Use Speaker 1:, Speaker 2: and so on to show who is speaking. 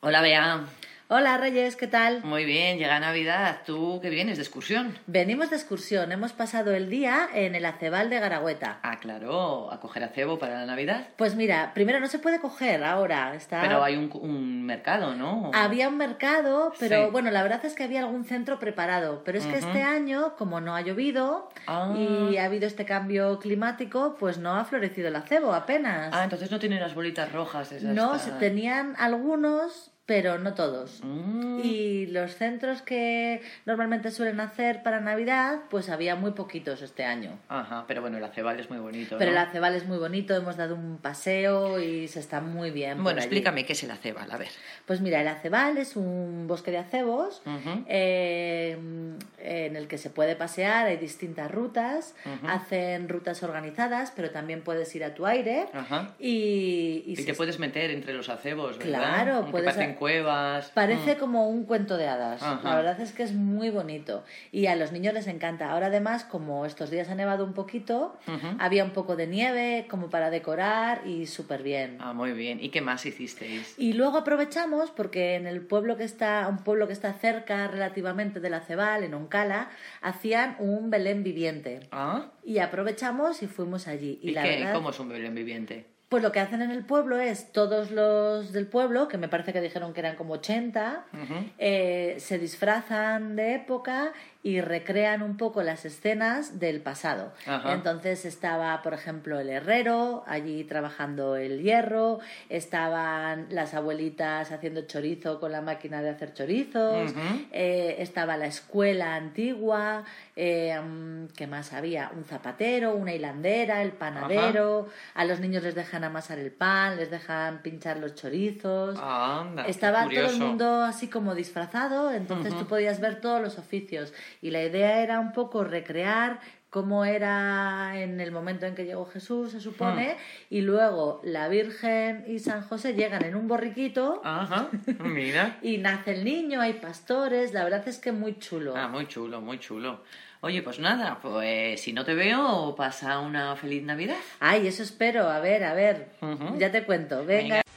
Speaker 1: Hola, Bea.
Speaker 2: Hola Reyes, ¿qué tal?
Speaker 1: Muy bien, llega Navidad. ¿Tú que vienes de excursión?
Speaker 2: Venimos de excursión, hemos pasado el día en el acebal de Garagüeta.
Speaker 1: Ah, claro, a coger acebo para la Navidad.
Speaker 2: Pues mira, primero no se puede coger ahora, está...
Speaker 1: Pero hay un, un mercado, ¿no?
Speaker 2: Había un mercado, pero
Speaker 1: Sí.
Speaker 2: bueno, la verdad es que había algún centro preparado, pero es que
Speaker 1: Ujú.
Speaker 2: este año, como no ha llovido
Speaker 1: Ah.
Speaker 2: y ha habido este cambio climático, pues no ha florecido el acebo apenas.
Speaker 1: Ah, entonces no tienen las bolitas rojas esas.
Speaker 2: no,
Speaker 1: tan-
Speaker 2: se tenían algunos, pero no todos.
Speaker 1: Mm.
Speaker 2: Y los centros que normalmente suelen hacer para Navidad, pues había muy poquitos este año.
Speaker 1: Ajá, pero bueno, el acebal es muy bonito.
Speaker 2: Pero el
Speaker 1: ¿no?
Speaker 2: acebal es muy bonito, hemos dado un paseo y se está muy bien. por
Speaker 1: Bueno,
Speaker 2: allí.
Speaker 1: explícame qué es el acebal, a ver.
Speaker 2: Pues mira, el acebal es un bosque de acebos
Speaker 1: Ujú.
Speaker 2: eh, en el que se puede pasear, hay distintas rutas,
Speaker 1: Ujú.
Speaker 2: hacen rutas organizadas, pero también puedes ir a tu aire
Speaker 1: Ajá.
Speaker 2: y, y
Speaker 1: Ah. Y
Speaker 2: se-
Speaker 1: te puedes meter entre los acebos, ¿verdad?
Speaker 2: Claro,
Speaker 1: Aunque
Speaker 2: puedes-
Speaker 1: parecen cuevas.
Speaker 2: Parece como un cuento de hadas.
Speaker 1: Mm. Ajá.
Speaker 2: La verdad es que es muy bonito. Y a los niños les encanta. Ahora además, como estos días ha nevado un poquito,
Speaker 1: Mm. Ujú.
Speaker 2: había un poco de nieve como para decorar y súper bien.
Speaker 1: Ah, muy bien. ¿Y qué más hicisteis?
Speaker 2: Y luego aprovechamos porque en el pueblo que está, un pueblo que está cerca relativamente de la Cebal, en Oncala, hacían un Belén viviente.
Speaker 1: Ah,
Speaker 2: Y aprovechamos y fuimos allí. Y,
Speaker 1: ¿y,
Speaker 2: la
Speaker 1: qué?
Speaker 2: verdad,
Speaker 1: ¿Cómo es un Belén viviente?
Speaker 2: pues lo que hacen en el pueblo es todos los del pueblo, que me parece que dijeron que eran como 80,
Speaker 1: Ujú.
Speaker 2: eh, se disfrazan de época y recrean un poco las escenas del pasado.
Speaker 1: Ajá.
Speaker 2: Entonces estaba, por ejemplo, el herrero allí trabajando el hierro, estaban las abuelitas haciendo chorizo con la máquina de hacer chorizos,
Speaker 1: Ujú.
Speaker 2: eh, estaba la escuela antigua, eh, mm, ¿qué más había? Un zapatero, una hilandera, el panadero, a los niños les dejan amasar el pan, les dejan pinchar los chorizos.
Speaker 1: Ah, anda, qué
Speaker 2: Estaba todo el
Speaker 1: curioso.
Speaker 2: mundo así como disfrazado, entonces tú podías ver todos los oficios. Y la idea era un poco recrear cómo era en el momento en que llegó Jesús, se
Speaker 1: Hmm.
Speaker 2: supone, y luego la Virgen y San José llegan en un borriquito
Speaker 1: Ajá, mira.
Speaker 2: y nace el niño, hay pastores, la verdad es que muy chulo.
Speaker 1: Ah, muy chulo, muy chulo. Oye, pues nada, pues si no te veo, pasa una feliz Navidad.
Speaker 2: Ay, eso espero, a ver, a ver,
Speaker 1: Ujú.
Speaker 2: ya te cuento,
Speaker 1: Venga.
Speaker 2: venga.